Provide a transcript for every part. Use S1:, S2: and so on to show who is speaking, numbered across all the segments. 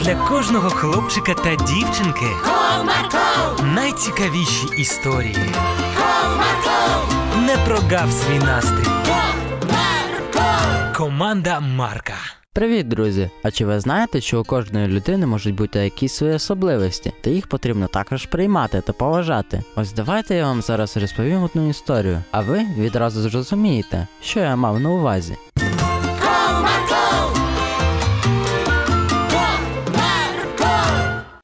S1: для кожного хлопчика та дівчинки
S2: Comarco,
S1: найцікавіші історії.
S2: Comarco,
S1: Не прогав свій настрій.
S2: Comarco.
S1: Команда Марка.
S3: Привіт, друзі! А чи ви знаєте, що у кожної людини можуть бути якісь свої особливості, та їх потрібно також приймати та поважати? Ось давайте я вам зараз розповім одну історію, а ви відразу зрозумієте, що я мав на увазі.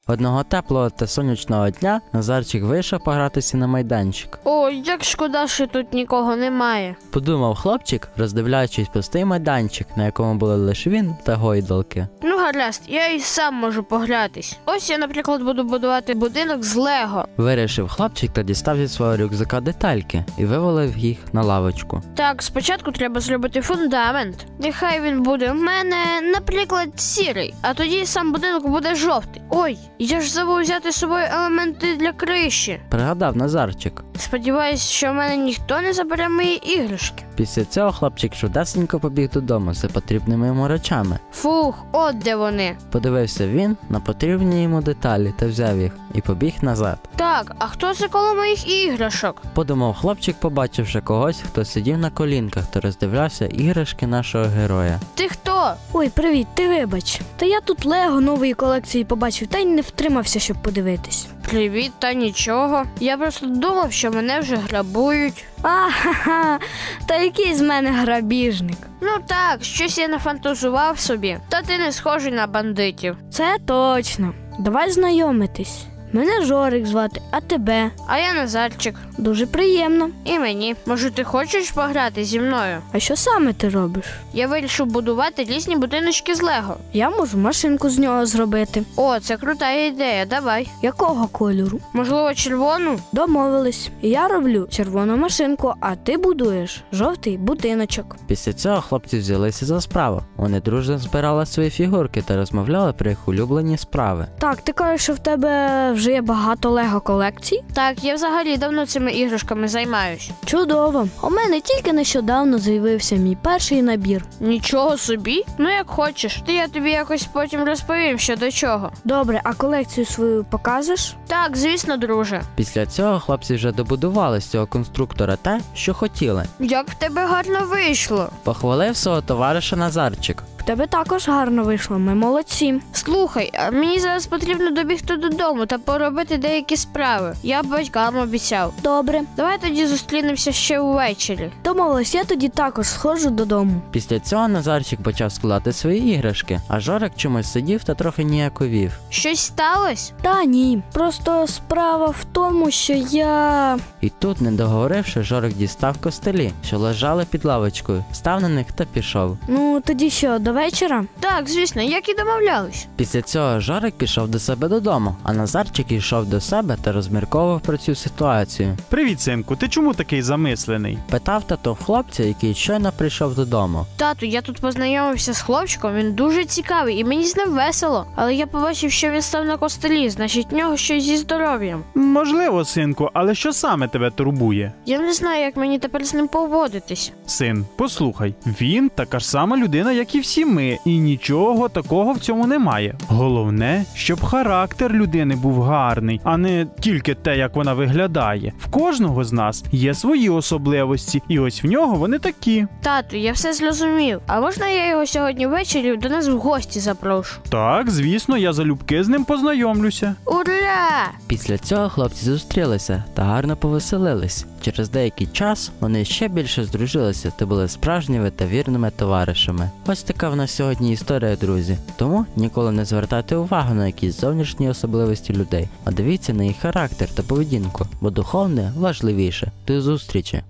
S3: Одного теплого та сонячного дня Назарчик вийшов погратися на майданчик.
S4: О, як шкода, що тут нікого немає.
S3: Подумав хлопчик, роздивляючись пустий майданчик, на якому були лише він та гойдалки.
S4: Ну, гаразд, я і сам можу поглятись. Ось я, наприклад, буду будувати будинок з Лего.
S3: Вирішив хлопчик та дістав зі свого рюкзака детальки і вивалив їх на лавочку.
S4: Так, спочатку треба зробити фундамент. Нехай він буде в мене, наприклад, сірий, а тоді сам будинок буде жовтий. Ой, я ж забув взяти з собою елементи для криші.
S3: Пригадав Назарчик.
S4: Сподіваюсь, що в мене ніхто не забере мої іграшки.
S3: Після цього хлопчик чудесенько побіг додому за потрібними йому речами.
S4: Фух, от де вони.
S3: Подивився він на потрібні йому деталі та взяв їх і побіг назад.
S4: Так, а хто це коло моїх іграшок?
S3: Подумав хлопчик, побачивши когось, хто сидів на колінках та роздивлявся іграшки нашого героя.
S4: Ти хто?
S5: Ой, привіт, ти вибач. Та я тут Лего нової колекції побачив, та й не втримався, щоб подивитись.
S4: Привіт, та нічого. Я просто думав, що мене вже грабують.
S5: Ахаха, та який з мене грабіжник.
S4: Ну так, щось я нафантазував собі. Та ти не схожий на бандитів.
S5: Це точно. Давай знайомитись. Мене Жорик звати, а тебе
S4: А я Назарчик.
S5: дуже приємно.
S4: І мені. Може, ти хочеш пограти зі мною?
S5: А що саме ти робиш?
S4: Я вирішив будувати різні будиночки з Лего.
S5: Я можу машинку з нього зробити.
S4: О, це крута ідея, давай.
S5: Якого кольору?
S4: Можливо, червону?
S5: Домовились. Я роблю червону машинку, а ти будуєш жовтий будиночок.
S3: Після цього хлопці взялися за справу. Вони дружно збирали свої фігурки та розмовляли про їх улюблені справи.
S5: Так, ти кажеш, що в тебе вже є багато Лего колекцій?
S4: Так, я взагалі давно цими іграшками займаюсь.
S5: Чудово! У мене тільки нещодавно з'явився мій перший набір.
S4: Нічого собі? Ну як хочеш. Ти я тобі якось потім розповім, що до чого.
S5: Добре, а колекцію свою покажеш?
S4: Так, звісно, друже.
S3: Після цього хлопці вже добудували з цього конструктора те, що хотіли.
S4: Як в тебе гарно вийшло.
S3: Похвалив свого товариша Назарчик.
S5: В тебе також гарно вийшло, ми молодці.
S4: Слухай, а мені зараз потрібно добігти додому та поробити деякі справи. Я батькам обіцяв.
S5: Добре,
S4: Давай тоді зустрінемося ще ввечері.
S5: домовилась, я тоді також сходжу додому.
S3: Після цього Назарчик почав складати свої іграшки, а Жорик чомусь сидів та трохи ніяковів.
S4: Щось сталося?
S5: Та ні, просто справа в тому, що я.
S3: І тут, не договоривши, Жорик дістав костелі, що лежали під лавочкою, став на них та пішов.
S5: Ну тоді що, до вечора?
S4: Так, звісно, як і домовлялись.
S3: Після цього Жорик пішов до себе додому, а Назарчик йшов до себе та розмірковував про цю ситуацію.
S6: Привіт, Симку, ти чому такий замислений?
S3: Питав тато хлопця, який щойно прийшов додому.
S4: Тату, я тут познайомився з хлопчиком, він дуже цікавий і мені з ним весело. Але я побачив, що він став на костелі, значить, в нього щось зі здоров'ям.
S6: Можливо, синку, але що саме тебе турбує?
S4: Я не знаю, як мені тепер з ним поводитись.
S6: Син, послухай, він така ж сама людина, як і всі ми, і нічого такого в цьому немає. Головне, щоб характер людини був гарний, а не тільки те, як вона виглядає. В кожного з нас є свої особливості, і ось в нього вони такі.
S4: Тату, я все зрозумів. А можна я його сьогодні ввечері до нас в гості запрошу?
S6: Так, звісно, я залюбки з ним познайомлюся.
S4: Ура!
S3: Після цього хлопці зустрілися та гарно повеселились. Через деякий час вони ще більше здружилися та були справжніми та вірними товаришами. Ось така в нас сьогодні історія, друзі. Тому ніколи не звертайте увагу на якісь зовнішні особливості людей, а дивіться на їх характер та поведінку, бо духовне важливіше. До зустрічі!